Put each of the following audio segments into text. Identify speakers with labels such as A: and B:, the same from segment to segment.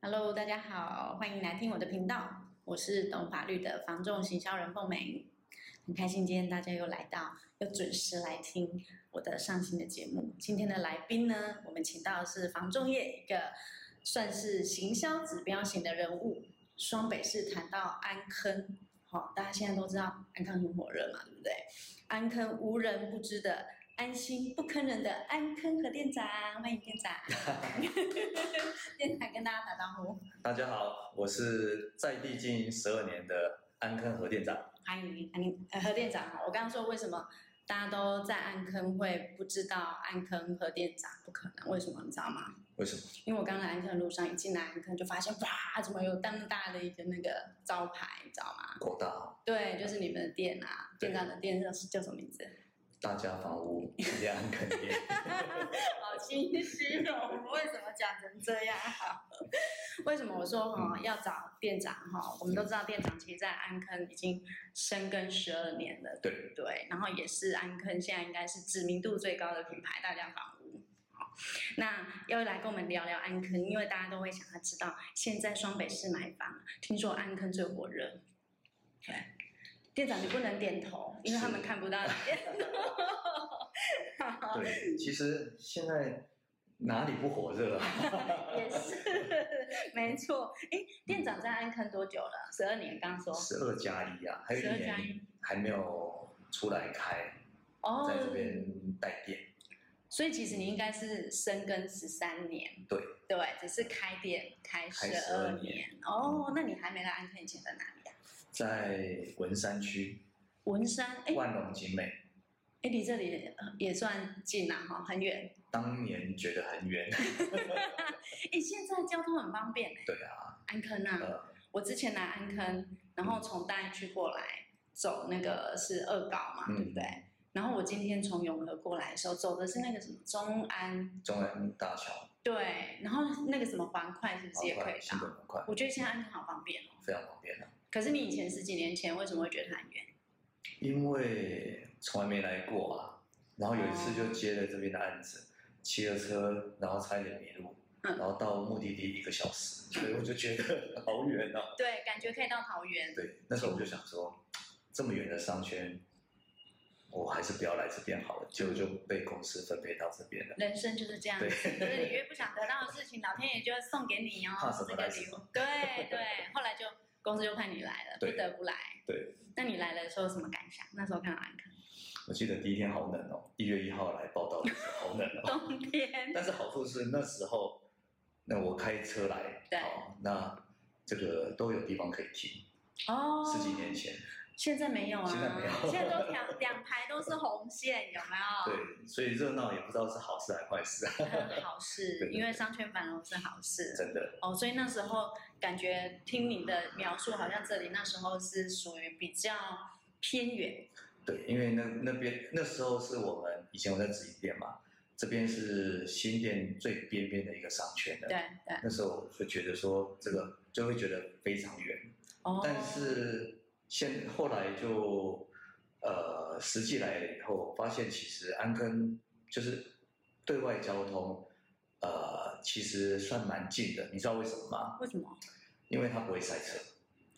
A: Hello，大家好，欢迎来听我的频道，我是懂法律的房仲行销人凤梅，很开心今天大家又来到，又准时来听我的上新的节目。今天的来宾呢，我们请到的是房仲业一个算是行销指标型的人物，双北市谈到安坑，好、大家现在都知道安坑很火热嘛，对不对？安坑无人不知的。安心不坑人的安坑和店长，欢迎店长。 店长跟大家打招呼，
B: 大家好，我是在地经营十二年的安坑核店长。
A: 欢迎欢迎呃核电长好，我刚刚说为什么大家都在安坑会不知道安坑核电长不可能？为什么你知道吗？
B: 为什么？
A: 因为我刚来安坑路上一进来安坑就发现哇，怎么有那么大的一个那个招牌，你知道吗？
B: 狗大哦
A: 对，就是你们的店啊，
B: 对
A: 店长的店叫叫什么名字？
B: 大家房屋一安坑店，
A: 好心虚哦，为什么讲成这样？好，为什么啊我说哈、哦、要找店长哈、哦？我们都知道店长其实，在安坑已经深耕十二年了，
B: 对
A: 不对，然后也是安坑现在应该是知名度最高的品牌大家房屋。好那要来跟我们聊聊安坑，因为大家都会想要知道，现在双北市买房，听说安坑最火热。对，店长你不能点头，因为他们看不到你点头。好
B: 对，其实现在哪里不火 热啊？
A: 也是，没错。哎，店长在安坑多久了？十二年，刚说。
B: 十二加一啊，还有一
A: 12加
B: 年还没有出来开，
A: 哦
B: 在，这边带店。
A: 所以其实你应该是深耕十三年，
B: 对，
A: 对，只是开店开十
B: 开
A: 二
B: 12
A: 年。
B: 嗯
A: 哦，那你还没来安坑以前在哪里啊？
B: 在文山区
A: 文山，哎
B: 万隆景美，
A: 哎，离这里呃也算近啦，哈，很远。
B: 当年觉得很远。
A: 哎，现在交通很方便哎，
B: 对啊，
A: 安坑啊。
B: 呃，
A: 我之前来安
B: 嗯
A: 坑，然后从大安区过来，走那个是二高嘛，
B: 嗯
A: 对不对？然后我今天从永和过来的时候，走的是那个什么中安，
B: 中安大桥，
A: 对，然后那个什么环快是不是也可以
B: 新
A: 到？
B: 的很快，
A: 我觉得现在安坑好方便哦。
B: 非常方便啊。
A: 可是你以前十几年前为什么会觉得它很远？
B: 因为从来没来过啊，然后有一次就接了这边的案子，骑了车，然后差一点迷路，
A: 嗯
B: 然后到目的地一个小时，所以我就觉得好 远啊。
A: 对，感觉可以到桃园。
B: 对，那时候我就想说，这么远的商圈，我还是不要来这边好了。结果就被公司分配到这边了。
A: 人生就是这样子，就是你越不想得到的事情，老天爷就会送给你哦
B: 怕什，么
A: 这个
B: 来
A: 礼
B: 什
A: 物。对对，后来就公司就派你来了，不
B: 对
A: 得不来。
B: 对，
A: 那你来的时候有什么感想？那时候看到安坑，
B: 我记得第一天好冷哦，一月一号来报道的时候好冷 哦。
A: 冬天。
B: 但是好处是那时候，那我开车来，
A: 对
B: 好，那这个都有地方可以停。
A: 哦，
B: 十几年前，
A: 现在没有啊，
B: 现在没有
A: 现在都两两排都是红线，有没有？
B: 对，所以热闹也不知道是好事还是坏事啊，
A: 嗯好事
B: 对，对
A: 因为商圈繁荣是好事。
B: 真的。
A: 哦，所以那时候感觉听你的描述，好像这里那时候是属于比较偏远，
B: 对，因为那那边那时候是我们以前我在直营店嘛，这边是新店最边边的一个商圈
A: 对
B: 的。
A: 对。
B: 那时候就觉得说这个就会觉得非常远，
A: 哦，
B: 但是现后来就呃实际来了以后，发现其实安坑就是对外交通呃其实算蛮近的，你知道为什么吗？
A: 为什么？
B: 因为它不会塞车。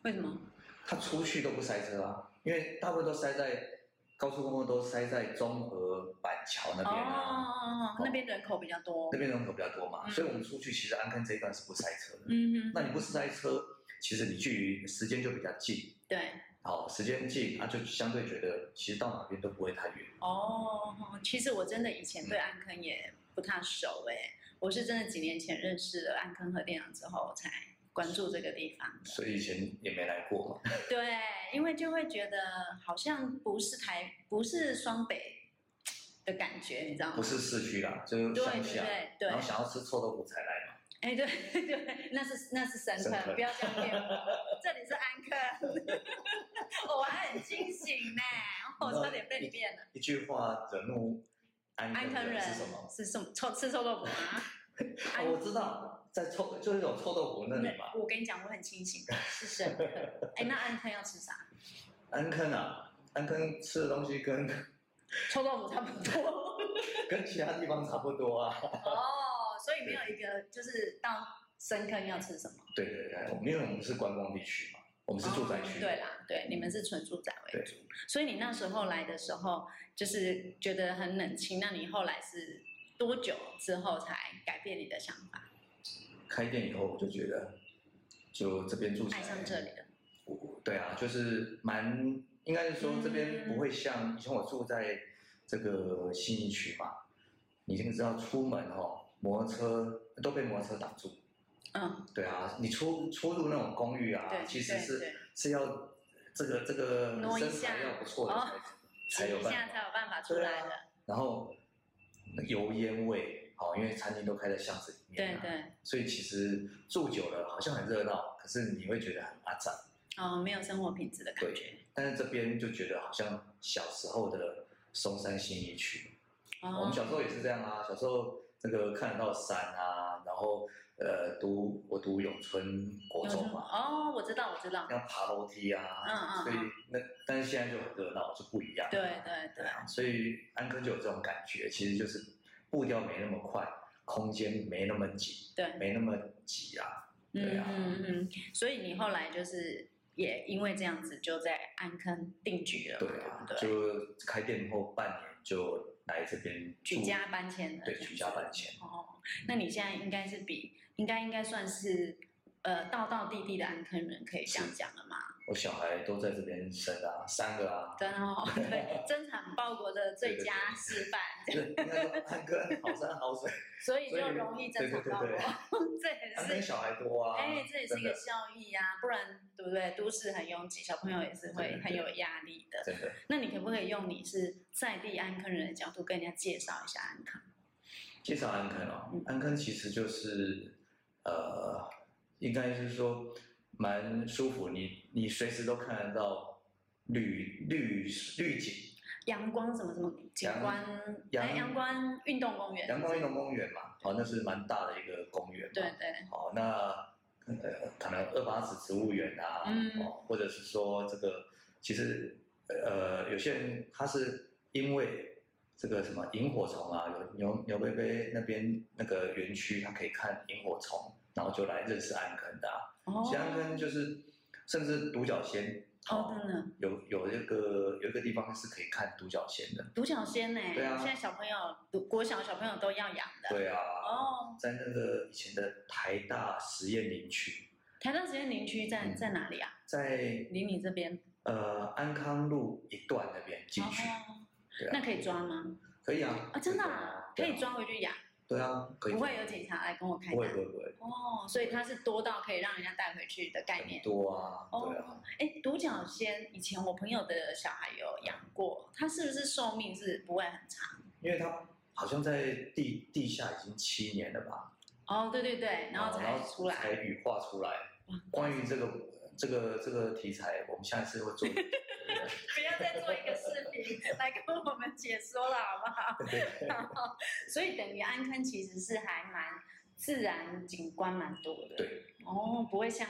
A: 为什么？
B: 他出去都不塞车啊，因为大部分都塞在高速公路，都塞在中和板桥那
A: 哦
B: 边啊，
A: 哦，哦那边人口比较多
B: 那。边人口比较多嘛，
A: 嗯
B: 所以我们出去其实安坑这一段是不塞车的。
A: 嗯
B: 那
A: 哼，
B: 你不塞车，其实你距离时间就比较近，
A: 对。
B: 好，时间近，啊，就相对觉得其实到哪边都不会太远。
A: 哦，其实我真的以前
B: 嗯
A: 对安坑也不太熟哎、我是真的几年前认识了安坑和店长之后才关注这个地方的。
B: 所以以前也没来过嘛，
A: 对，因为就会觉得好像不是台，不是双北的感觉，你知道
B: 不
A: 吗？
B: 是市区啦，就是
A: 对
B: 乡
A: 对
B: 下，
A: 对对
B: 然后，想要吃臭豆腐才来嘛。
A: 哎对对，那是那是深
B: 深
A: 坑，
B: 坑
A: 不要这样骗我，这里是安坑，哦我还很清醒呢、我差点被你骗了。
B: 一句话惹怒安
A: 安
B: 坑
A: 坑
B: 人
A: 人
B: 是什么？
A: 是什么？臭吃臭豆腐吗？安
B: 哦，我知道，在臭就是有臭豆腐那里嘛。
A: 我跟你讲，我很清醒，是深坑。 哎，那安坑要吃啥？
B: 安坑啊，安坑吃的东西跟
A: 臭豆腐差不多。
B: 跟其他地方差不多啊。
A: 哦，所以没有一个就是到深坑要吃什么？
B: 对对对，我们因为我们是观光地区嘛，我们是住宅区，
A: 哦对啦，对，你们是纯住宅为
B: 对
A: 主，所以你那时候来的时候就是觉得很冷清，那你后来是多久之后才改变你的想法，
B: 开店以后我就觉得，就这边住起来
A: 爱上这里的？
B: 我对啊，就是蛮应该是说这
A: 嗯
B: 边不会像以前我住在这个信义区嘛，你这个知道出门哦，摩托车都被摩托车挡住。
A: 嗯，
B: 对啊，你出出入那种公寓啊
A: 对，
B: 其实
A: 对
B: 是
A: 对
B: 是要这个这个
A: 挪一
B: 身
A: 下
B: 材要不错的
A: 哦
B: 才才有
A: 一
B: 办
A: 下才
B: 法。
A: 有办法出来的，
B: 然后油烟味，好，因为餐厅都开在巷子里面、
A: 对
B: 啊，
A: 对，
B: 所以其实住久了好像很热闹，可是你会觉得很阿杂。
A: 哦，没有生活品质的感觉，
B: 但是这边就觉得好像小时候的松山新一区，我
A: 哦
B: 们，小时候也是这样啊，小时候那个看得到山啊，然后呃读我读永春国
A: 有
B: 中
A: 什么
B: 嘛，
A: 哦，我知道，我知道，
B: 要爬楼梯
A: 嗯
B: 啊，
A: 嗯
B: 所以
A: 嗯，
B: 那但是现在就很热闹，就不一样。
A: 对对
B: 对
A: 对，
B: 啊，所以安科就有这种感觉，其实就是步调没那么快，空间没那么紧，
A: 对
B: 没那么挤啊，对啊
A: 嗯嗯嗯，所以你后来就是也因为这样子就在安坑定居了嘛，
B: 对
A: 对
B: 啊
A: 不，对？
B: 就开店后半年就来这边
A: 举
B: 住
A: 家搬迁了，
B: 对
A: 这样
B: 举家
A: 子
B: 搬迁。
A: 哦，那你现在应该是比应该应该算是呃道道地地的安坑人，可以这样讲了嘛？
B: 我小孩都在这边生啊，三 个啊，
A: 真哦，对，增产报国的最
B: 对对对
A: 佳示范，
B: 就是应该说安哥 好山好水，
A: 所以
B: 所以
A: 就容易增
B: 对对
A: 产
B: 对
A: 报国
B: 对，
A: 这
B: 安哥
A: 也是。
B: 小孩多啊，
A: 哎，这也是一
B: 真的
A: 个效益呀、不然对不对？都市很拥挤，小朋友也是会
B: 对
A: 很有压力的。
B: 真的，
A: 那你可不可以用你是在地安坑人的角度跟人家介绍一下安坑？
B: 介绍安坑哦
A: 嗯，
B: 安坑其实就是呃，应该是说蛮舒服，你你随时都看得到绿绿绿景，
A: 阳光什么什么景
B: 阳
A: 观？
B: 阳
A: 哎，阳光运动公园。
B: 阳光运
A: 是不
B: 动公园嘛，好、那是蛮大的一个公园嘛，
A: 是。对对，
B: 好、哦那呃，可能二八子植物园啊，
A: 嗯
B: 哦，或者是说这个，其实呃，有些人他是因为这个什么萤火虫啊，有牛牛贝贝那边那个园区，他可以看萤火虫，然后就来认识安坑的、啊。
A: 哦
B: 其实安坑就是，甚至独角仙，
A: 哦，真的，
B: 有有一个有一个地方是可以看独角仙的。
A: 独角仙呢、
B: 对啊
A: 现在小朋友，读国小小朋友都要养的。。
B: 对啊，
A: 哦，
B: 在那个以前的台大实验林区，
A: 台大实验林区在
B: 嗯
A: 在哪里啊？
B: 在
A: 离你这边
B: 呃安康路一段那边进去，
A: 哦
B: 对啊
A: 那可以抓吗？
B: 可以啊。
A: 啊，真的啊、可
B: 对啊
A: 以。抓回去养，
B: 对啊，可以。
A: 不会有警察来跟我开
B: 不会不
A: 单。
B: 会不会，
A: 哦，所以它是多到可以让人家带回去的概
B: 很
A: 念。
B: 多啊，
A: 哦
B: 对啊，
A: 哎，独角仙以前我朋友的小孩有养过，它是不是寿命是不会很长？
B: 因为它好像在地地下已经七年了吧，
A: 哦，对对对，然后
B: 哦然
A: 才出来。
B: 才羽化出来
A: 哇。
B: 关于这个这个这个题材，我们下一 次会做。
A: 不要再做一个视频来跟我们解说了，好不 好？好所以等于安坑其实是还蛮自然景观蛮多的，
B: 对，
A: 哦，不会像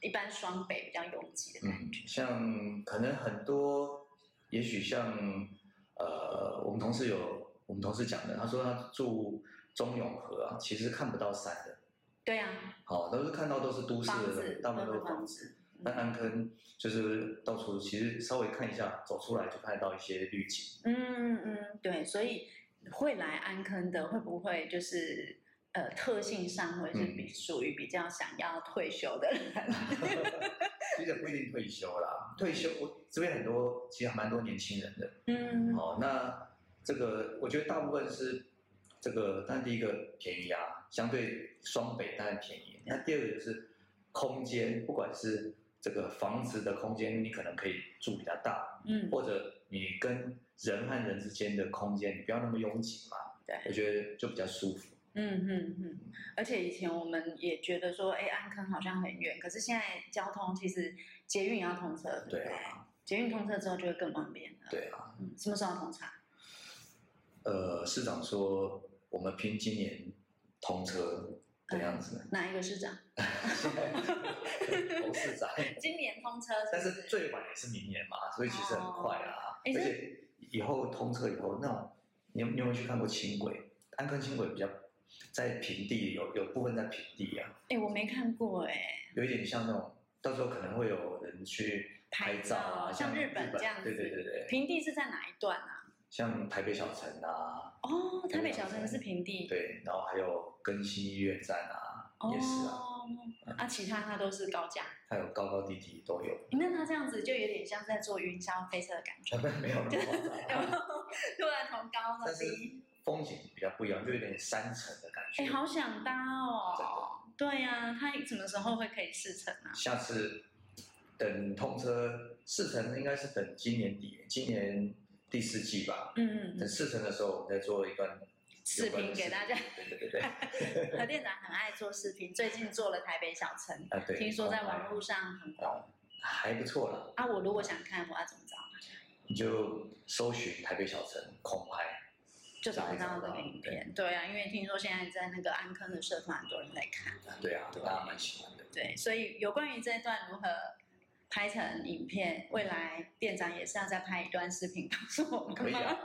A: 一般双北比较拥挤的感
B: 嗯
A: 觉，，
B: 像可能很多，也许像呃，我们同事有我们同事讲的，他说他住中永和啊，其实看不到山的，
A: 对啊，
B: 好、都是看到都是都市
A: 房
B: 的
A: 子，
B: 大部分
A: 都是
B: 都是
A: 房
B: 房
A: 子
B: 子。
A: 嗯
B: 那安坑就是到处，其实稍微看一下，走出来就看得到一些绿景。
A: 嗯嗯，对，所以会来安坑的，会不会就是呃特性上会是
B: 嗯
A: 比属于比较想要退休的人？
B: 其实也不一定退休啦，退休我这边很多，其实还蛮多年轻人的。
A: 嗯，
B: 哦，那这个我觉得大部分是这个，但第一个便宜啊，相对双北当然便宜。那第二个就是空间，不管是这个房子的空间，你可能可以住比较大，
A: 嗯，
B: 或者你跟人和人之间的空间，你不要那么拥挤嘛。
A: 对
B: 我觉得就比较舒服。
A: 嗯嗯嗯，而且以前我们也觉得说，哎，安坑好像很远，可是现在交通其实捷运也要通车，对不对？
B: 对啊
A: 捷运通车之后就会更方便了。，
B: 对啊，
A: 嗯，什么时候通车啊？
B: 呃，市长说我们拼今年通车的 样子，
A: 哪一个市长？
B: 董事长，
A: 今年通车
B: 但
A: 是不
B: 是最晚也是明年嘛，所以其实很快啦。
A: 哦诶
B: 而
A: 这
B: 且以后通车以后，那种你有你有没有去看过轻轨？安坑轻轨比较在平地有有部分在平地啊，
A: 哎、我没看过哎、
B: 有一点像那种，到时候可能会有人去拍照啊，
A: 像日本这样子。
B: 对对对对，
A: 平地是在哪一段啊？
B: 像台北小城啊，
A: 哦，台北小城是平地。
B: 对，然后还有更新医院站啊，也是啊，
A: 哦，啊，其他它都是高架。
B: 还有高高低低都有，
A: 诶那它这样子就有点像在坐云霄飞车的感觉，
B: 没有那么 夸
A: 有没有
B: 张？
A: 突然从高到
B: 嗯但是
A: 低，
B: 风景比较不一样，就有点山城的感
A: 哎、
B: 觉。
A: 好想搭哦。对呀、它什么时候会可以试乘啊？
B: 下次等通车四城应该是等今年底，今年第四季吧。
A: 嗯，
B: 等四城的时候，我们再做一段
A: 视
B: 有关
A: 频
B: 的
A: 给大家。
B: 对对 对对，啊
A: 何店长很爱做视频，最近做了台北小城，
B: 对，哦啊
A: 听说在网络上很红。
B: 还不错啦，
A: 啊，我如果想看，我要怎么找？
B: 你就搜寻台北小城空拍，
A: 就找得到那个影片。对啊，因为听说现在在那个安坑的社团，很多人在看。
B: 对啊，
A: 对
B: 大家蛮喜欢的。
A: 对，所以有关于这一段如何拍成影片，未来店长也是要再拍一段视频告诉我
B: 可
A: 们
B: 以
A: 吗？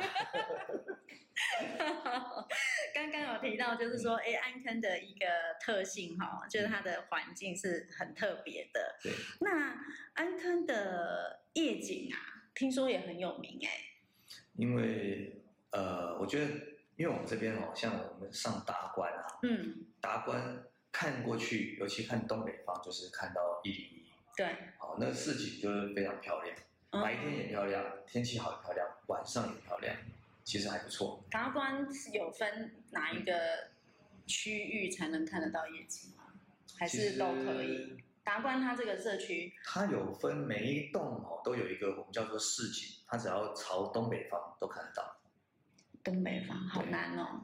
B: 啊，
A: 刚刚有提到，就是
B: 嗯
A: 说，哎，安坑的一个特性哈、就是它的环境是很特别的。
B: 对。
A: 那安坑的夜景啊，听说也很有名哎、
B: 因为呃，我觉得因为我们这边好哦像我们上达官啊，
A: 嗯，
B: 达官看过去，尤其看东北方，就是看到一零一，
A: 对。
B: 好，那市景就是非常漂亮。
A: 嗯
B: 白天也漂亮，天气好也漂亮，晚上也漂亮，其实还不错。
A: 达官是有分哪一个区域才能看得到夜景吗？还
B: 其
A: 是
B: 实
A: 都可以？达官它这个社区，
B: 它有分每一栋哦，都有一个我们叫做市景，它只要朝东北方都看得到。
A: 东北方好难 哦，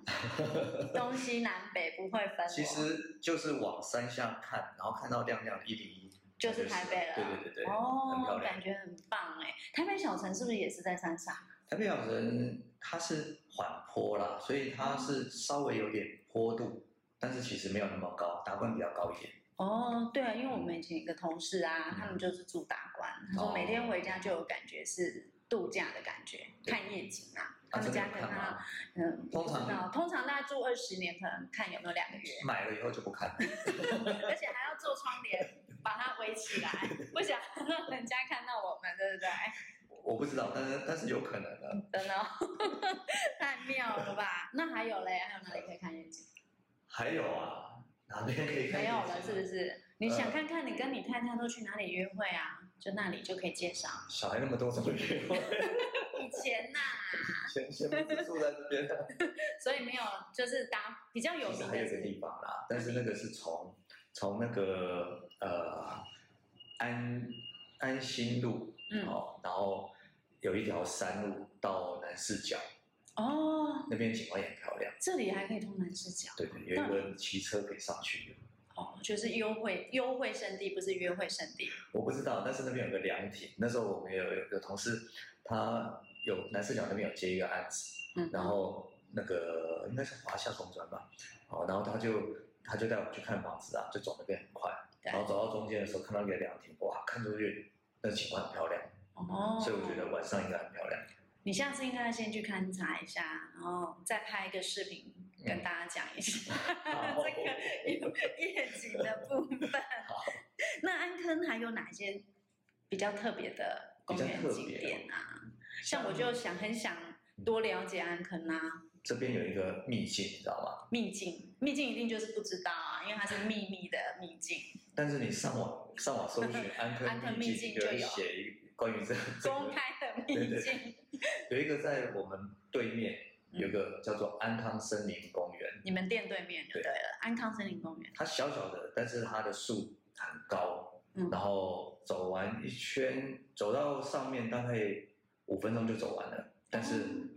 A: 东西南北不会分哦，
B: 其实就是往山下看，然后看到亮亮的一零一，
A: 就是台北了。
B: 对对对对，很漂
A: 哦，
B: 亮
A: 感。觉很棒哎！台北小城是不是也是在山上？
B: 台北小城它是缓坡啦，所以它是稍微有点坡度，但是其实没有那么高，达官比较高一点。
A: 哦，对啊，因为我们以前有一个同事啊，
B: 嗯
A: 他们就是住达官，他说
B: 哦
A: 每天回家就有感觉是度假的感觉，
B: 对
A: 看夜景啊。
B: 啊
A: 他们
B: 真的
A: 家
B: 有
A: 可能
B: 看
A: 他
B: 吗
A: 嗯，
B: 通常
A: 不知道通常大家住二十年，可能看有没有两个 月，
B: 买了以后就不看了。
A: 而且还要做窗帘把它围起来，不想让人家看到我们，对不对？
B: 我不知道，但是但是有可能的。
A: 真的哦、太妙了吧？那还有嘞，还有哪里可以看夜景？
B: 还有啊，哪边可以看？啊
A: 没有了，是不？是？你
B: 呃
A: 想看看你跟你太太都去哪里约会啊？就那里就可以介绍。
B: 小孩那么多怎么约会？
A: 以前呐、
B: 先先不是住在这边的，
A: 所以没有就是搭比 较有
B: 其实
A: 名
B: 还有
A: 的
B: 一个
A: 是
B: 地方啦，但是那个是从从那个呃安安心路
A: 嗯
B: 哦，然后有一条山路到南四角，
A: 哦，
B: 那边景观也很漂亮。
A: 这里还可以通南视角
B: 对对，有一个骑车可以上去的，
A: 哦，就是优惠优惠圣地，不是约会圣地。
B: 我不知道，但是那边有个凉亭。那时候我们有有个同事，他有南四角那边有接一个案子，
A: 嗯，
B: 然后那个应该是华夏中专吧，哦，然后他就他就带我们去看房子啊，就走那边很快，
A: 对
B: 然后走到中间的时候看到一个凉亭，哇，看出去那景观很漂亮，
A: 哦，
B: 所以我觉得晚上应该很漂亮。
A: 你下次应该先去勘察一下，然后再拍一个视频
B: 嗯
A: 跟大家讲一 下、
B: 好
A: 这个有夜景的部分
B: 好。
A: 那安坑还有哪些比较特别的公园
B: 比较特
A: 景
B: 别哦
A: 点啊？像我就想很想多了解安坑啊，
B: 这边有一个秘境，你知道吗？
A: 秘境，秘境一定就是不知道啊，因为它是秘密的秘 境，
B: 但是你上网上网搜寻安
A: 安坑
B: 坑
A: 秘
B: 秘
A: 境
B: 境，就
A: 就
B: 会
A: 有
B: 写一关于这这
A: 公
B: 个，
A: 开的秘
B: 对对
A: 境。
B: 有一个在我们对面有一个叫做安康森林公园，
A: 你们店对面就对了，安康森林公园。
B: 它小小的，但是它的树很高，
A: 嗯
B: 然后走完一圈，走到上面大概五分钟就走完了，但是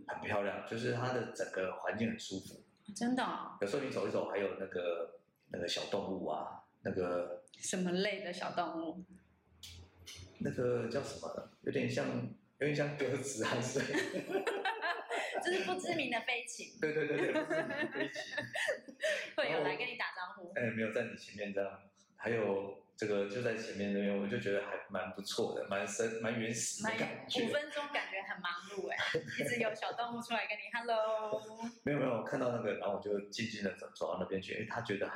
B: 很漂亮，就是它的整个环境很舒服。
A: 真的、哦，
B: 有时候你走一走，还有那个那个小动物啊，那个
A: 什么类的小动物？
B: 那个叫什么呢？有点像有点像鸽子啊还是？
A: 就是不知名的飞禽
B: 对对对对，不是你飞禽，
A: 会有来跟你打招呼。
B: 哎，没有在你前面这样，还有这个就在前面那边，我就觉得还蛮不错的，蛮深、蛮原始的
A: 蛮
B: 感
A: 五
B: 觉。
A: 分钟感觉很忙碌哎、一直有小动物出来跟你 hello，
B: 没有没有，我看到那个，然后我就静静的走走到那边去，哎，他觉得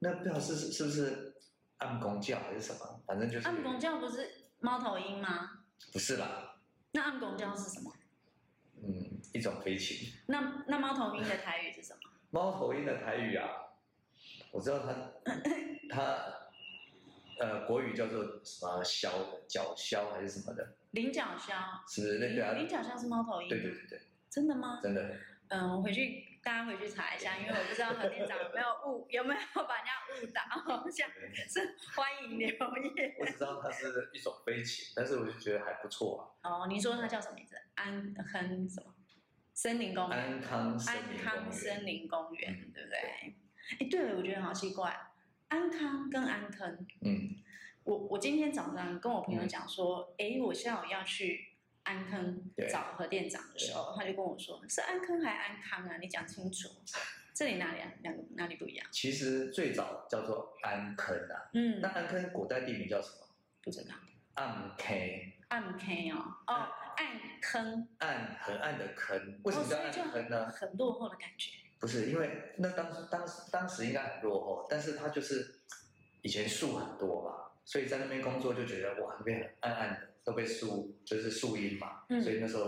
B: 那不知道是是是不是暗公教还是什么，反正就是
A: 暗拱叫不是猫头鹰吗？
B: 不是啦，
A: 那暗拱叫是什么？
B: 嗯，一种飞禽。
A: 那那猫头鹰的台语是什么？
B: 猫头鹰的台语啊，我知道它 它呃国语叫做什么枭角枭还是什么的，
A: 菱角鸮，
B: 是不是那
A: 菱
B: 对啊？
A: 菱角鸮是猫头鹰吗？
B: 对对对对，
A: 真的吗？
B: 真的。
A: 嗯，我回去大家回去查一下，因为我不知道何店长有没有误，有没有把人家误导。这样是欢迎留言。
B: 我只知道它是一种飞禽，但是我就觉得还不错
A: 哦，您说它叫什么名字？安亨什么？森林公
B: 啊。
A: 园。
B: 安康森
A: 安
B: 林
A: 康
B: 公
A: 森
B: 园，
A: 林公
B: 嗯
A: 园，对不对？哎，对，我觉得好奇怪，安康跟安坑。
B: 嗯，
A: 我我今天早上跟我朋友讲说，哎、我下午要去安坑
B: 对
A: 找何店长的时候，他就跟我说是安坑还安康啊？你讲清楚，这里哪里啊？两个哪里不一样？
B: 其实最早叫做安坑啊，
A: 嗯
B: 那，安坑古代地名叫什么？
A: 不知道。
B: 暗坑，
A: 暗坑哦，哦，暗坑，
B: 暗很暗的坑，为
A: 哦，
B: 什么
A: 所
B: 叫
A: 以就
B: 暗坑
A: 很
B: 呢？
A: 很落后的感觉。
B: 不是因为那当时当时当时应该很落后，但是他就是以前树很多嘛，所以在那边工作就觉得哇那边很暗暗的，都被树就是树荫嘛，
A: 嗯
B: 所以那时候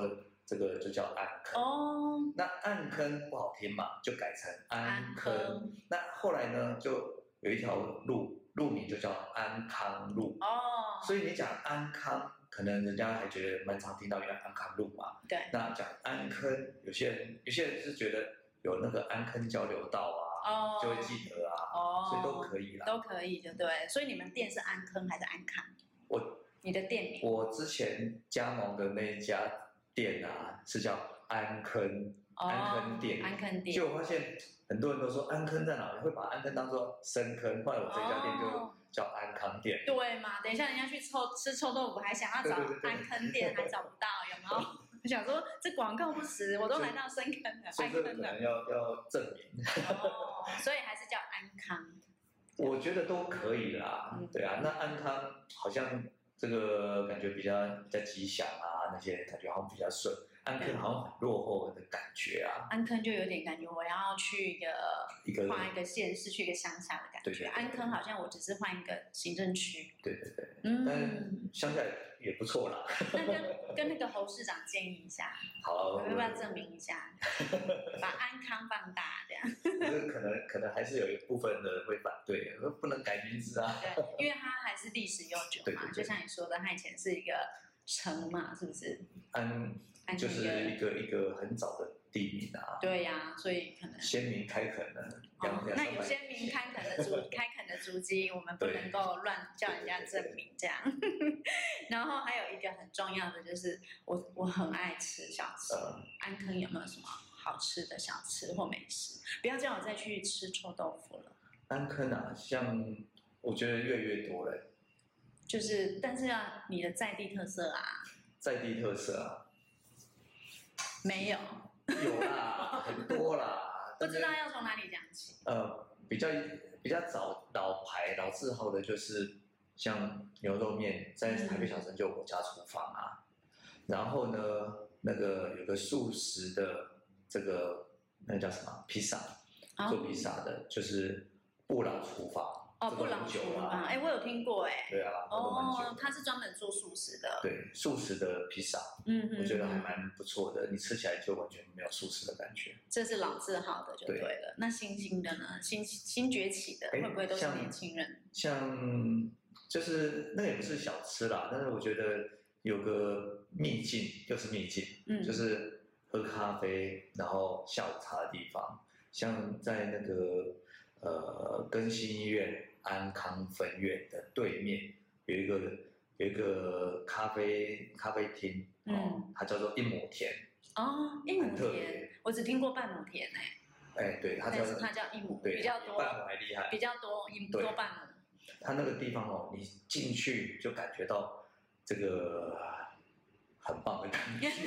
B: 这个就叫暗坑。
A: 哦，
B: 那暗坑不好听嘛，就改成安
A: 安坑
B: 那后来呢，就有一条路路名就叫安康路，
A: 哦，
B: 所以你讲安康，可能人家还觉得蛮常听到叫安康路嘛。
A: 对，
B: 那讲安坑，有些人有些人是觉得有那个安坑交流道啊，
A: 哦，
B: 就会记得啊，
A: 哦，
B: 所以都可以啦。
A: 都可以，就对。所以你们店是安坑还是安康？
B: 我
A: 你的店名
B: 我之前加盟的那一家店啊，是叫安坑，安坑店
A: 哦、安坑店，
B: 就我发现很多人都说安坑在哪里，会把安坑当做深坑，后来我这家店就
A: 哦
B: 叫安康店。
A: 对嘛？等一下人家去臭吃臭豆腐，还想要找
B: 对对对对
A: 安坑店，还找不到，有没有？ 我想说这广告不实，我都
B: 所以
A: 来到深坑了，
B: 所以
A: 安
B: 这个可
A: 坑了
B: 能，要要证明，
A: 哦，所以还是叫安康。
B: 我觉得都可以啦
A: 嗯，
B: 对啊。那安康好像这个感觉比较比较吉祥啊，那些感觉好像比较顺，安
A: 对
B: 坑好像很落后的感觉啊，
A: 安坑就有点感觉，我要去一个
B: 一个
A: 换一个县市，去一个乡下的感
B: 对
A: 觉。
B: 对对
A: 安坑好像我只是换一个行政区，
B: 对对对，
A: 嗯
B: 但，乡下也不错啦。
A: 那跟跟那个侯市长建议一下，
B: 好啊，
A: 我
B: 我
A: 们要不要证明一 下，把安康放大这样？
B: 可是可能可能还是有一部分的人会反对，说不能改名字啊。
A: 对，因为它还是历史悠久
B: 对对
A: 嘛，就
B: 对
A: 像你说的，它以前是一个城嘛，是不是？
B: 安
A: 安
B: 就
A: 全
B: 是一个一个很早的地名啊，
A: 对呀、所以可能。
B: 先民开垦的两
A: 哦，那
B: 两三
A: 有
B: 百
A: 些
B: 年
A: 民
B: 前。
A: 开垦的 足开垦的足迹，我们不
B: 对
A: 能够乱叫人家证明这样。 然后还有一个很重要的就是，我我很爱吃小吃，
B: 呃，
A: 安坑有没有什么好吃的小吃或美食？不要叫我再去吃臭豆腐了。
B: 安坑啊，像我觉得越来越多了，
A: 就是，但是要、你的在地特色啊，
B: 在地特 色啊，
A: 没有，
B: 有啦，很多啦。
A: 不知道要从哪里讲起。
B: 呃，比较比较早老牌老字号的，就是像牛肉面，在台北小城就我家厨房啊。然后呢，那个有个素食的这个那个叫什么披萨，
A: 啊
B: 做披萨的，就是不老厨房。
A: 哦，
B: 这
A: 不
B: 个
A: 老
B: 很
A: 厨
B: 久了
A: 房，
B: 啊
A: 哎、我有听过、哎，
B: 对啊，那都蛮久
A: 哦
B: 了。，
A: 它是专门做素食的，
B: 对素食的披萨，
A: 嗯
B: 我觉得还
A: 嗯嗯
B: 蛮不错的，你吃起来就完全没有素食的感觉。
A: 这是老字号的就对
B: 对
A: 了。那新兴的呢？新新崛起的
B: 哎
A: 会不会都是
B: 像
A: 年轻人？
B: 像就是那也不是小吃啦，但是我觉得有个秘境，又是秘境，
A: 嗯，
B: 就是喝咖啡然后下午茶的地方，像在那个呃更新医院安康分院的对面有一个有一个咖啡咖啡厅，
A: 嗯
B: 哦，它叫做一亩田，
A: 哦，一亩
B: 很特
A: 田
B: 别，
A: 我只听过半亩田哎、
B: 哎，对，它叫
A: 但是它叫一亩，
B: 对
A: 比较多，
B: 半亩还厉害，
A: 比较多一亩
B: 对
A: 多半亩。
B: 它那个地方哦，你进去就感觉到这个呃很棒 的感觉。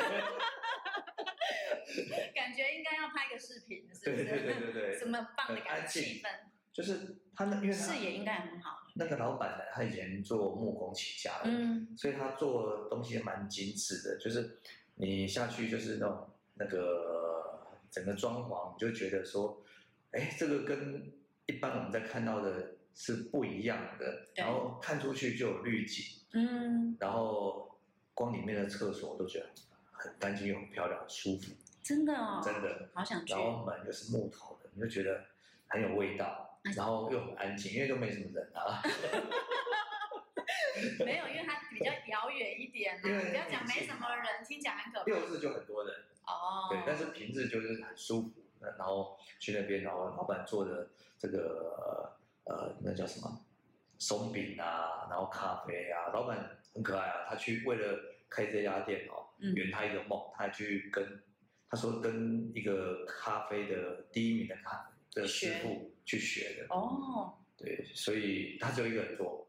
A: 感觉应该要拍个视频，是不是？
B: 对对对对 对
A: 什么棒的
B: 很
A: 感
B: 安
A: 觉，气
B: 静
A: 氛，
B: 就是他那因为他
A: 视野应该很好。
B: 那个老板呢，他以前做木工起家的，
A: 嗯，
B: 所以他做东西也蛮精致的，就是你下去就是那种那个整个装潢，你就觉得说，哎，这个跟一般我们在看到的是不一样的，
A: 对
B: 然后看出去就有滤镜，
A: 嗯，
B: 然后光里面的厕所我都觉得很干净又很漂亮，很舒服，
A: 真的哦，
B: 真的。
A: 好想去
B: 然。后门又是木头的，你就觉得很有味道，然后又很安静，因为都没什么人啊。
A: 没有，因为它比较遥远一点啊。
B: 因为
A: 不要讲没什么人，听起来很可怕。
B: 六日就很多人，
A: 哦，
B: 对，但是平日就是很舒服，那然后去那边，然后老板做的这个呃呃那叫什么松饼啊，然后咖啡啊，老板很可爱啊，他去为了开这家店哦，
A: 嗯
B: 圆他一个梦，他还去跟他说跟一个咖啡的第一名的咖的师
A: 学
B: 傅去学的，
A: 哦，
B: 对，所以他只有一个人做，有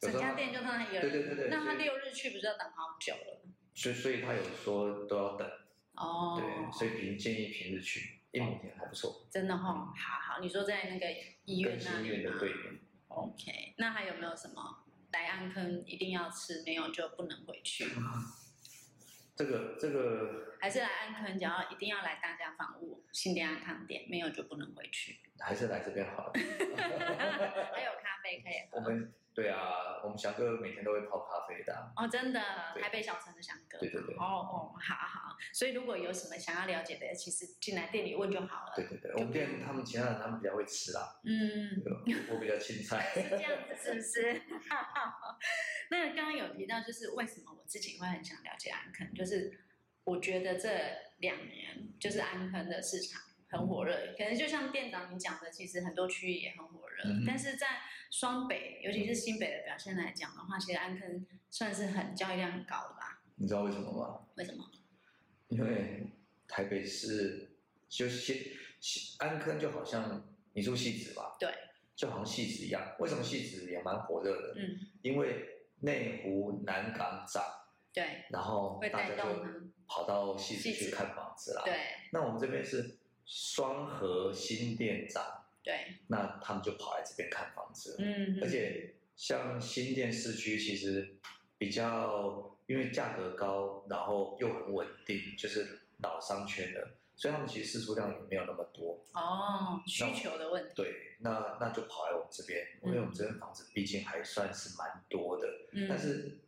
A: 整
B: 时候
A: 家
B: 他
A: 店就他一个人。
B: 对对对对
A: 那他
B: 所以
A: 六日去不是要等好久了？
B: 所以所以他有说都要等，
A: 哦，
B: 对，所以平建议平日去，一亩田还不错，
A: 真的哈、哦，好好，你说在那个啊医
B: 跟
A: 院那
B: 新
A: 里
B: 院
A: 吗
B: 的对面。
A: ？OK，那还有没有什么来安坑一定要吃，没有就不能回 去？
B: 这个这个
A: 还是来安坑，只要一定要来大家房屋新店安康店，没有就不能回 去。
B: 还是来这边好了。
A: 还有咖啡可以
B: 我
A: 喝
B: 们对啊，我们翔哥每天都会泡咖啡的啊、
A: 哦，真的，
B: 对
A: 台北小城的翔哥。
B: 对对对
A: 哦哦，好好，所以如果有什么想要了解的，其实进来店里问就好了。
B: 对对对，我们店他们其他人他们比较会吃啦，
A: 嗯，
B: 我比较青菜。
A: 是这样子是不是？ 那刚刚有提到，就是为什么我自己会很想了解安坑，就是我觉得这两年就是安坑的市场很火热，可能就像店长你讲的，其实很多区域也很火热，
B: 嗯
A: 但是在双北，尤其是新北的表现来讲的话，其实安坑算是很交易量很高的吧？
B: 你知道为什么吗？
A: 为什么？
B: 因为台北市就西西安坑就好像你住戏子吧，
A: 对，
B: 就好像戏子一样。为什么戏子也蛮火热的？
A: 嗯，
B: 因为内湖南港涨，
A: 对
B: 然后
A: 会
B: 大
A: 带
B: 家
A: 动
B: 就
A: 啊
B: 跑到戏子
A: 戏
B: 去
A: 子
B: 看房子啦。
A: 对
B: 那我们这边是双河新店长，
A: 对，
B: 那他们就跑来这边看房子了。
A: 嗯，
B: 而且像新店市区其实比较，因为价格高，然后又很稳定，就是老商圈的，所以他们其实市出量也没有那么多。
A: 哦，需求的问题，
B: 对，那那就跑来我们这边，因为我们这边房子毕竟还算是蛮多的，
A: 嗯，
B: 但是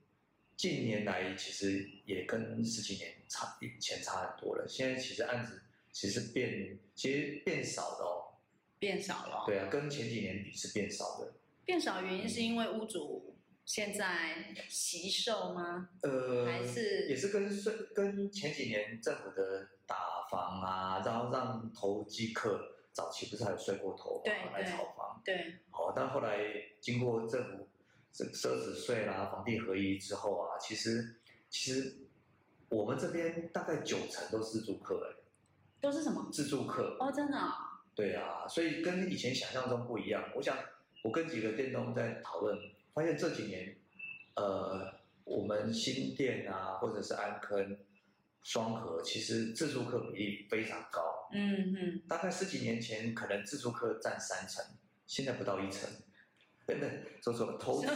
B: 近年来其实也跟十几年差以前差很多了。现在其实案子其实变其实变少的哦，
A: 变少了哦。
B: 对啊，跟前几年比是变少的。
A: 变少原因是因为屋主现在惜售吗？
B: 呃，
A: 还是
B: 也是跟税跟前几年政府的打房啊，然后让投机客早期不是还有睡过头嘛
A: 对
B: 来
A: 对
B: 炒房，
A: 对，
B: 哦，但后来经过政府这奢侈税啦、房地合一之后啊，其实其实我们这边大概九成都是自住客、欸，
A: 都是什么？
B: 自住客，
A: 哦，真的哦、
B: 对啊，所以跟以前想象中不一样。我想，我跟几个店东在讨论，发现这几年，呃，我们新店啊，或者是安坑、双河，其实自助客比例非常高。
A: 嗯嗯，
B: 大概十几年前，可能自助客占三成，现在不到一成。对不对？说错了，投资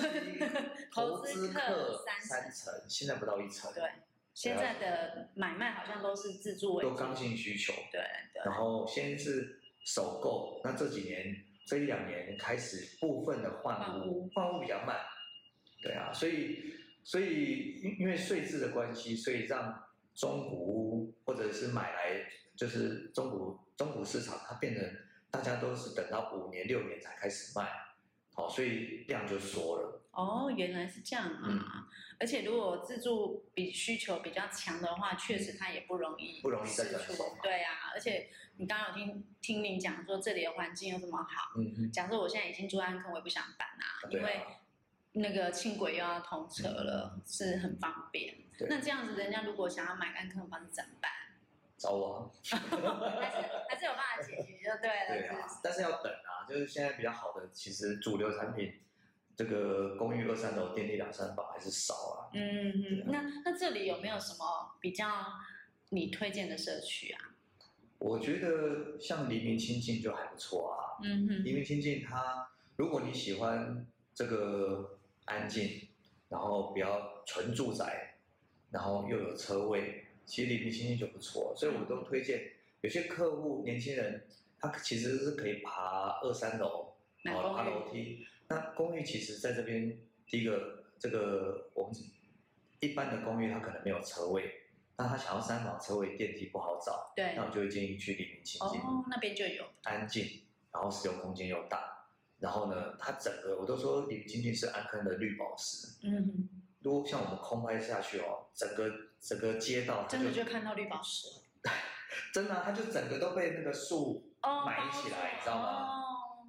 A: 投资
B: 资
A: 客
B: 客
A: 三
B: 三成，现在不到一成，
A: 对，现在的买卖好像都是自住为
B: 都
A: 主，
B: 刚性需求。
A: 对对，
B: 然后先是首购，那这几年这一两年开始部分的换屋，换屋比较慢，对啊，所以所以因因为税制的关系，所以让中古屋或者是买来就是中古中古市场，它变成大家都是等到五年六年才开始卖，好，所以量就缩了，
A: 哦，原来是这样
B: 嗯
A: 啊！而且如果自住比需求比较强的话，确实它也不容易
B: 不容易再
A: 释
B: 转
A: 出
B: 手嘛
A: 对啊，而且你刚刚有听听你讲说这里的环境又这么好，
B: 嗯嗯，
A: 假设我现在已经住安坑，我也不想搬啊，
B: 对
A: 因为
B: 啊，嗯
A: 那个轻轨又要通车了，是很方便。
B: 对
A: 那这样子，人家如果想要买安坑房子怎么办？
B: 找我、啊，
A: 还是还是有办法解决就对了，
B: 对
A: 是不
B: 啊
A: 是，
B: 但是要等啊，就是现在比较好的，其实主流产品，这个公寓二三楼、电梯两三房还是少啊。
A: 嗯嗯，那那这里有没有什么比较你推荐的社区啊？
B: 我觉得像黎明清净就还不错啊。
A: 嗯哼，
B: 黎明清净它，如果你喜欢这个安静，然后比较纯住宅，然后又有车位，其实黎明清净就不错。所以我都推荐有些客户年轻人，他其实是可以爬二三楼，
A: 买
B: 哦，爬
A: 公
B: 楼梯。那公寓其实在这边，第一个这个我们一般的公寓它可能没有车位，那他想要三房车位，电梯不好找，
A: 对
B: 那，我就会建议去黎明清净。
A: 哦，那边就有，
B: 安静，然后使用空间又大，然后呢，它整个我都说你仅仅是安坑的绿宝石。
A: 嗯
B: 如果像我们空拍下去哦，整个整个街道
A: 哼，
B: 它
A: 真的
B: 就
A: 就看到绿宝石了，
B: 真的啊、它就整个都被那个树
A: 哦，
B: 埋起来你知道吗
A: 哦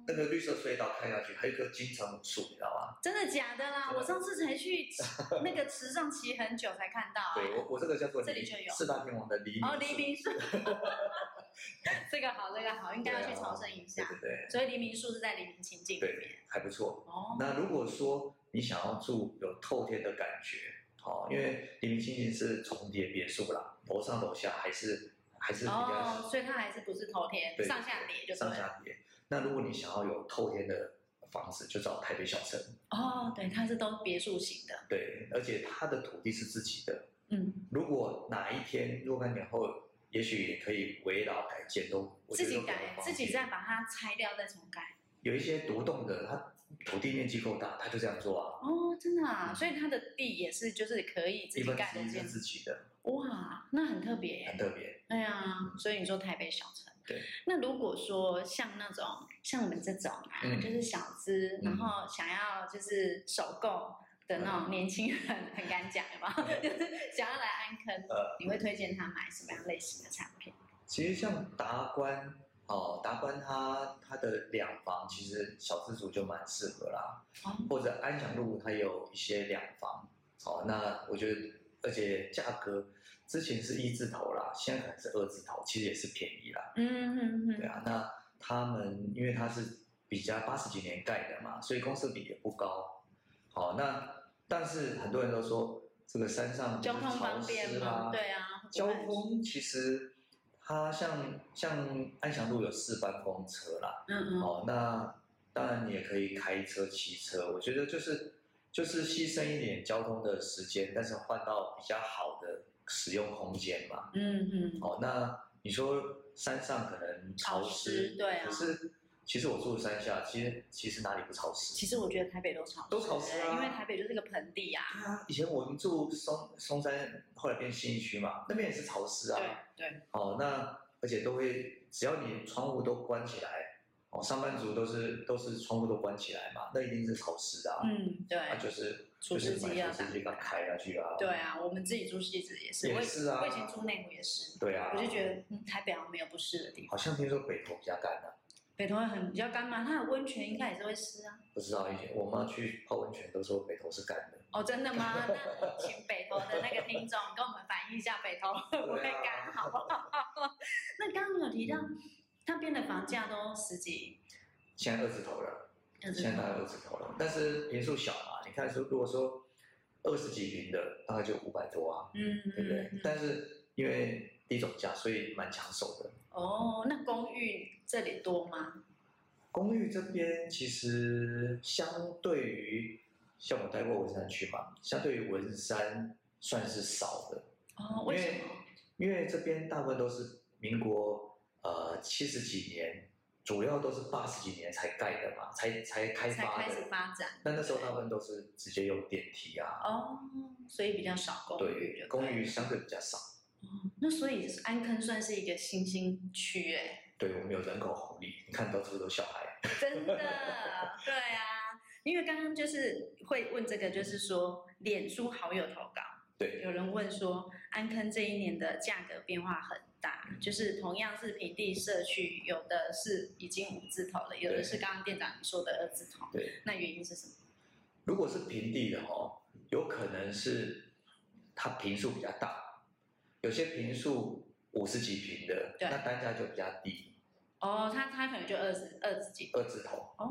B: 那个绿色隧道看下去，还有一棵金城武树，你知道吗？
A: 真的假的啦？
B: 真的
A: 我上次才去 那个池上骑很久才看到、啊。
B: 对我我这个叫做
A: 这里
B: 黎
A: 就有
B: 四大天王的黎明
A: 哦，
B: 树
A: 黎明树， 这个好，这个好，应该要去朝圣一
B: 对啊
A: 下。
B: 对对
A: 所以黎明树是在黎明情境里面。
B: 对，还不错。
A: 哦，
B: 那如果说你想要住有透天的感觉，哦，因为黎明清净是重叠别墅啦，楼上楼下还是还是比较、
A: 哦，所以它还是不是头天
B: 对
A: 上下叠就对
B: 上
A: 了。
B: 下叠。那如果你想要有透天的房子，就找台北小城。
A: 哦，对，它是都别墅型的。
B: 对，而且它的土地是自己的。
A: 嗯，
B: 如果哪一天若干年后，也许也可以围绕改建都，我觉
A: 自
B: 得
A: 己
B: 都
A: 改，
B: 很
A: 自己
B: 方便
A: 再把它拆掉再重改。
B: 有一些独栋的，它土地面积够大，它就这样做啊。
A: 哦，真的啊，
B: 嗯
A: 所以它的地也是就是可以自己
B: 一分
A: 盖
B: 之
A: 的
B: 一是
A: 建筑。
B: 自己的，
A: 哇，那很特别耶。
B: 很特别。
A: 对啊，所以你说台北小城。
B: 对。
A: 那如果说像那种像我们这种啊，
B: 嗯
A: 就是小资，然
B: 嗯
A: 后想要就是首购的那种年轻人，很敢讲吧？
B: 嗯
A: 就是想要来安坑，
B: 呃
A: 你会推荐他买什么样类型的产品？
B: 其实像达官哦，达官它它的两房其实小资族就蛮适合啦，
A: 哦
B: 或者安祥路它有一些两房，哦，那我觉得而且价格之前是一字头啦，现在可能是二字头，其实也是便宜啦，
A: 嗯嗯
B: 对
A: 嗯，
B: 啊，那他们因为它是比较八十几年盖的嘛，所以公司比也不高，好、那但是很多人都说这个山上就
A: 交
B: 是
A: 通
B: 潮
A: 方便
B: 湿
A: 吗？
B: 啦，
A: 对啊，
B: 交
A: 会不会，
B: 通其实它像像安祥路有四班公车啦，
A: 嗯嗯，
B: 哦，那当然你也可以开车、骑车，我觉得就是就是牺牲一点交通的时间，但是换到比较好的使用空间嘛。
A: 嗯嗯，
B: 哦，那你说山上可能潮
A: 潮湿对啊
B: 可是其实我住山下，其实其实哪里不潮湿？
A: 其实我觉得台北都潮湿，欸
B: 都潮湿啊
A: 因为台北就是个盆地啊。
B: 啊，以前我们住松松山，后来变信义区嘛，那边也是潮湿啊。
A: 对对，
B: 哦，那而且都会，只要你窗户都关起来，哦，上班族都是都是窗户都关起来嘛，那一定是潮湿的、啊，
A: 嗯对
B: 那、，就是
A: 除
B: 就是
A: 湿机
B: 把
A: 要
B: 除湿机
A: 打
B: 给它开下去啊，
A: 对，啊，我们自己住戏子也是，我
B: 也
A: 以
B: 是啊
A: 我以前住内湖也是，
B: 对啊，
A: 我就觉得嗯，台北好像没有不湿的地方，
B: 好像听说北投比较干啊，
A: 北投很比较干嘛，它的温泉应该也是会湿啊。
B: 不知道以前我妈去泡温泉都说北投是干的，
A: 哦，真的吗？那请北投的那个听众跟我们反映一下，北投会不会
B: 对啊
A: 干，好不 好？那刚刚有提到那边的房价都十几，
B: 现在二字头了，
A: 就
B: 现在
A: 是
B: 大概二字头了，但是平数小嘛，你看说如果说二十几平的大概就五百多啊，
A: 嗯，
B: 对不对？
A: 嗯嗯
B: 但是因为低总价，所以蛮抢手的。
A: 哦，那公寓这里多吗？
B: 公寓这边其实相对于像我待过文山区嘛，相对于文山算是少的，
A: 哦，为什么？
B: 因为这边大部分都是民国呃七十几年，主要都是八十几年才盖的嘛，才才开
A: 才
B: 发
A: 开始
B: 的。
A: 发展
B: 那那时候大部分都是直接用电梯啊，
A: 哦，所以比较少公寓
B: 对
A: 就，
B: 公
A: 对了
B: 寓相对比较少。
A: 哦那所以安坑算是一个新兴区哎、
B: 对我们有人口红利，你看到处都小孩，
A: 真的，对啊，因为刚刚就是会问这个，就是说脸书好友投稿，
B: 对
A: 有人问说安坑这一年的价格变化很大，就是同样是平地社区，有的是已经五字头了，有的
B: 对
A: 是刚刚店长你说的二字头，
B: 对。
A: 那原因是什么？
B: 如果是平地的哦，有可能是它平数比较大，有些平数五十几平的，
A: 对
B: 那单价就比较低，
A: 哦，他他可能就二十二十几，
B: 二字头。
A: 哦，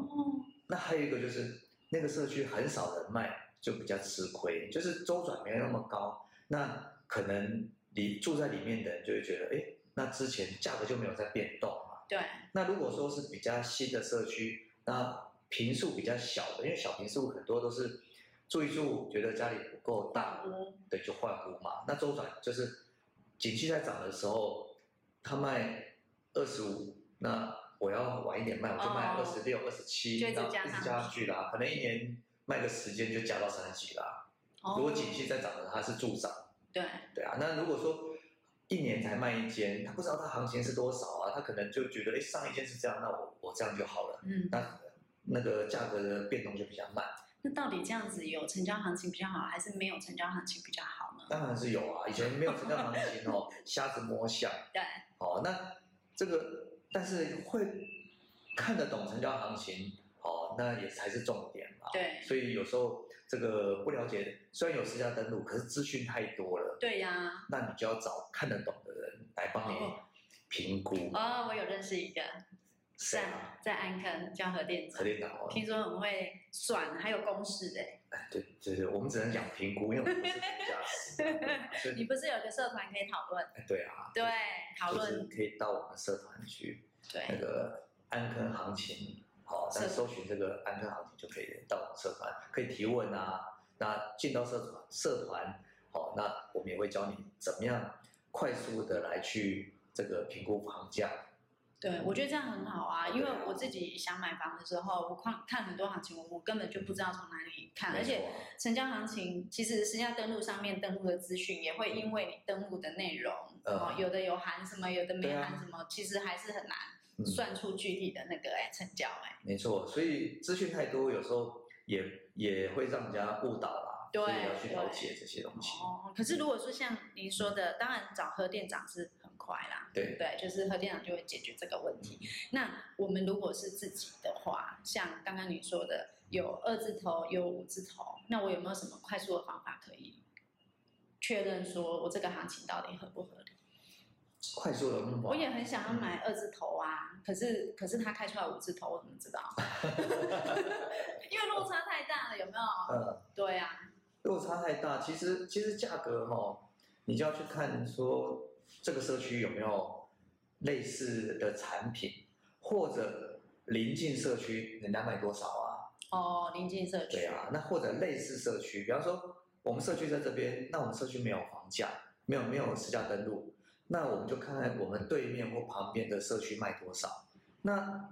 B: 那还有一个就是那个社区很少人卖，就比较吃亏，就是周转没有那么高，那可能你住在里面的人就会觉得，哎，那之前价格就没有在变动嘛。
A: 对，
B: 那如果说是比较新的社区，那平数比较小的，因为小平数很多都是住一住觉得家里不够大，
A: 换屋
B: 对，就换屋嘛。那周转就是景气在涨的时候，他卖二十五，那我要晚一点卖，我就卖
A: 哦
B: 二十六、二十七，
A: 就一直
B: 那
A: 加
B: 一
A: 上
B: 直加上去啦，可能一年卖个时间就加到三十几啦。
A: 哦
B: 如果景气在涨的，它是助涨。
A: 对，
B: 对啊，那如果说一年才卖一间，他不知道他行情是多少啊，他可能就觉得，哎，上一间是这样，那我我这样就好了。
A: 嗯，
B: 那那个价格的变动就比较慢，
A: 那到底这样子有成交行情比较好，还是没有成交行情比较好呢？
B: 当然是有啊，以前没有成交行情哦， 瞎子摸象。
A: 对，
B: 哦，那这个但是会看得懂成交行情，哦，那也才是重点嘛。
A: 对，
B: 所以有时候这个不了解，虽然有私家登录，可是资讯太多了，
A: 对呀、
B: 那你就要找看得懂的人来帮你
A: 哦
B: 评估。
A: 哦，我有认识一个，
B: 谁啊？
A: 在安坑叫核电
B: 核
A: 厂，
B: 电脑啊，
A: 听说很会算，还有公式哎。
B: 哎，对对对，我们只能讲评估，因为我们不是驾 驶，所
A: 你
B: 以
A: 不是有一个社团可以讨论？
B: 哎对啊，
A: 对，讨
B: 就是
A: 论
B: 可以到我们社团去那
A: 对，
B: 个安坑行情，好，那
A: 社
B: 搜寻这个安坑行情就可以到我们社团，可以提问啊，那进到社团社团，好，那我们也会教你怎么样快速的来去这个评估房价，
A: 对，我觉得这样很好啊，因为
B: 对啊
A: 我自己想买房的时候，我看看很多行情，我我根本就不知道从哪里看，而
B: 没
A: 且
B: 错啊
A: 成交行情其实私家登录上面登录的资讯也会因为你登录的内容，
B: 嗯
A: 哦，有的有含什么，有的没
B: 对啊
A: 含什么，其实还是很难
B: 嗯
A: 算出具体的那个哎、成交哎、
B: 没错，所以资讯太多，有时候也也会让人家误导啦，
A: 对
B: 所以要去了
A: 对
B: 解这些东西。
A: 哦，可是如果说像您说的，当然找核店长是很快啦，
B: 对
A: 对不对？就是核店长就会解决这个问题。那我们如果是自己的话，像刚刚你说的，有二字头，有五字头，那我有没有什么快速的方法可以确认说我这个行情到底合不合理？
B: 快速的目
A: 我
B: 标，
A: 也很
B: 嗯
A: 想要买二字头啊，可是可是他开出来五字头，我怎么知道？ 因为落差太大了，有没有？
B: 呃，
A: 对啊，
B: 落差太大，其实其实价格哈、你就要去看说这个社区有没有类似的产品，或者邻近社区人家卖多少啊？
A: 哦，临近社区，
B: 对啊，那或者类似社区，比方说我们社区在这边，那我们社区没有房价，没有没有实价登录，那我们就看看我们对面或旁边的社区卖多少。那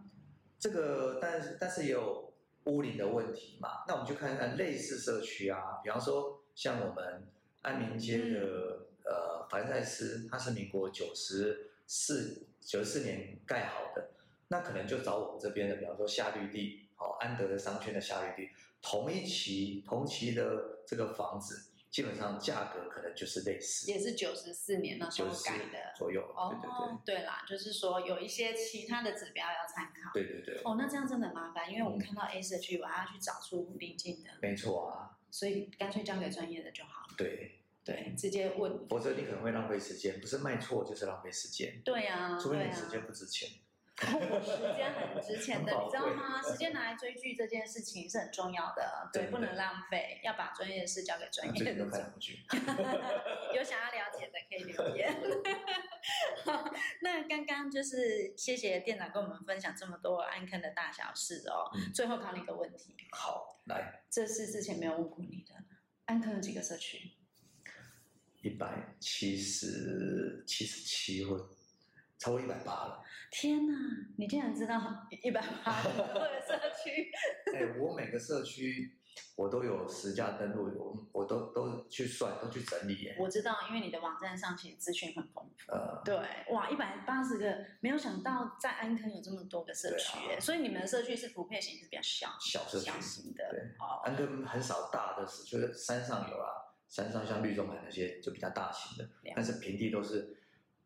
B: 这个，但是但是也有屋龄的问题嘛，那我们就看看类似社区啊，比方说像我们安民街的、
A: 嗯
B: 呃凡赛斯，它是民国九十四九十四年盖好的，那可能就找我们这边的，比方说夏绿地，哦安德的商圈的夏绿地，同一期同期的这个房子，基本上价格可能就是类似，
A: 也是九十四年那时
B: 九
A: 候
B: 十
A: 改的。
B: 左右，
A: 哦
B: 对对对。，
A: 对啦，就是说有一些其他的指标要参考。
B: 对对对，嗯
A: 哦，那这样真的很麻烦，因为我们看到 A 社区，我还要去找出邻近的，
B: 没错啊，
A: 所以干脆交给专业的就好了。
B: 对，
A: 对，直接问。
B: 否则你可能会浪费时间，不是卖错就是浪费时间，
A: 对啊，
B: 除非
A: 对
B: 你
A: 啊，
B: 时间不值钱。
A: 我时间很值钱的，
B: 很
A: 你
B: 宝
A: 知
B: 贵
A: 道吗？时间拿来追剧这件事情是很重要的，对，
B: 真
A: 不
B: 的
A: 能浪费，要把专业的事交给专
B: 那
A: 业
B: 啊最
A: 的
B: 近都
A: 人
B: 看什么剧？
A: 有想要了解的可以留言。好，那刚刚就是谢谢店长跟我们分享这么多安坑的大小事哦。
B: 嗯
A: 最后考你一个问题，
B: 好，来
A: 这是之前没有问过你的，安坑有几个社区？
B: 一百七十七十七或超过一百八了。
A: 天哪，你竟然知道一百八十多个社 区？
B: 哎、我每个社区我都有实价登录，我我都都去算，都去整理耶。
A: 我知道，因为你的网站上其实资讯很丰富。
B: 呃，
A: 对，哇，一百八十个，没有想到在安坑有这么多个社区耶、
B: 对啊
A: 所以你们的社区是普遍型是比较小
B: 小社区
A: 小型的
B: 对
A: 哦。
B: 安哥很少大的事，就是山上有啦，山上像绿洲海那些就比较大型的
A: 解，
B: 但是平地都是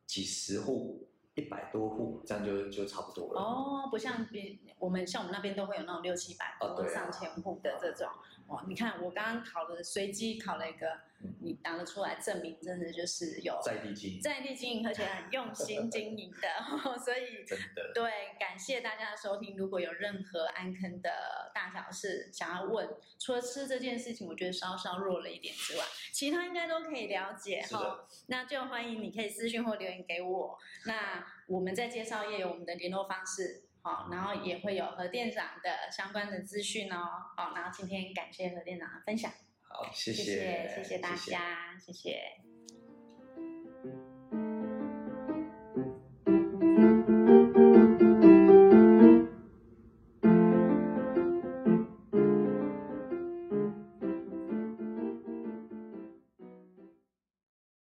B: 几十户、一百多户，这样就就差不
A: 哦
B: 多了。
A: 哦，不像比我们像我们那边都会有那种六七百
B: 哦
A: 或
B: 对啊
A: 上千户的这种，哦，你看我刚刚考了，随机考了一个，你答得出来，证明真的就是有
B: 嗯在地经营，
A: 在地经营，而且很用心经营的， 所以
B: 真的
A: 对，感谢大家的收听。如果有任何安坑的大小事想要问，除了吃这件事情，我觉得稍稍弱了一点之外，其他应该都可以了解
B: 是
A: 哈
B: 的。
A: 那就欢迎你可以私讯或留言给我。那我们在介绍页有我们的联络方式。好，然后也会有何店长的相关的资讯哦。好，然后今天感谢何店长的分享，
B: 好，谢
A: 谢谢
B: 谢
A: 谢大家，谢谢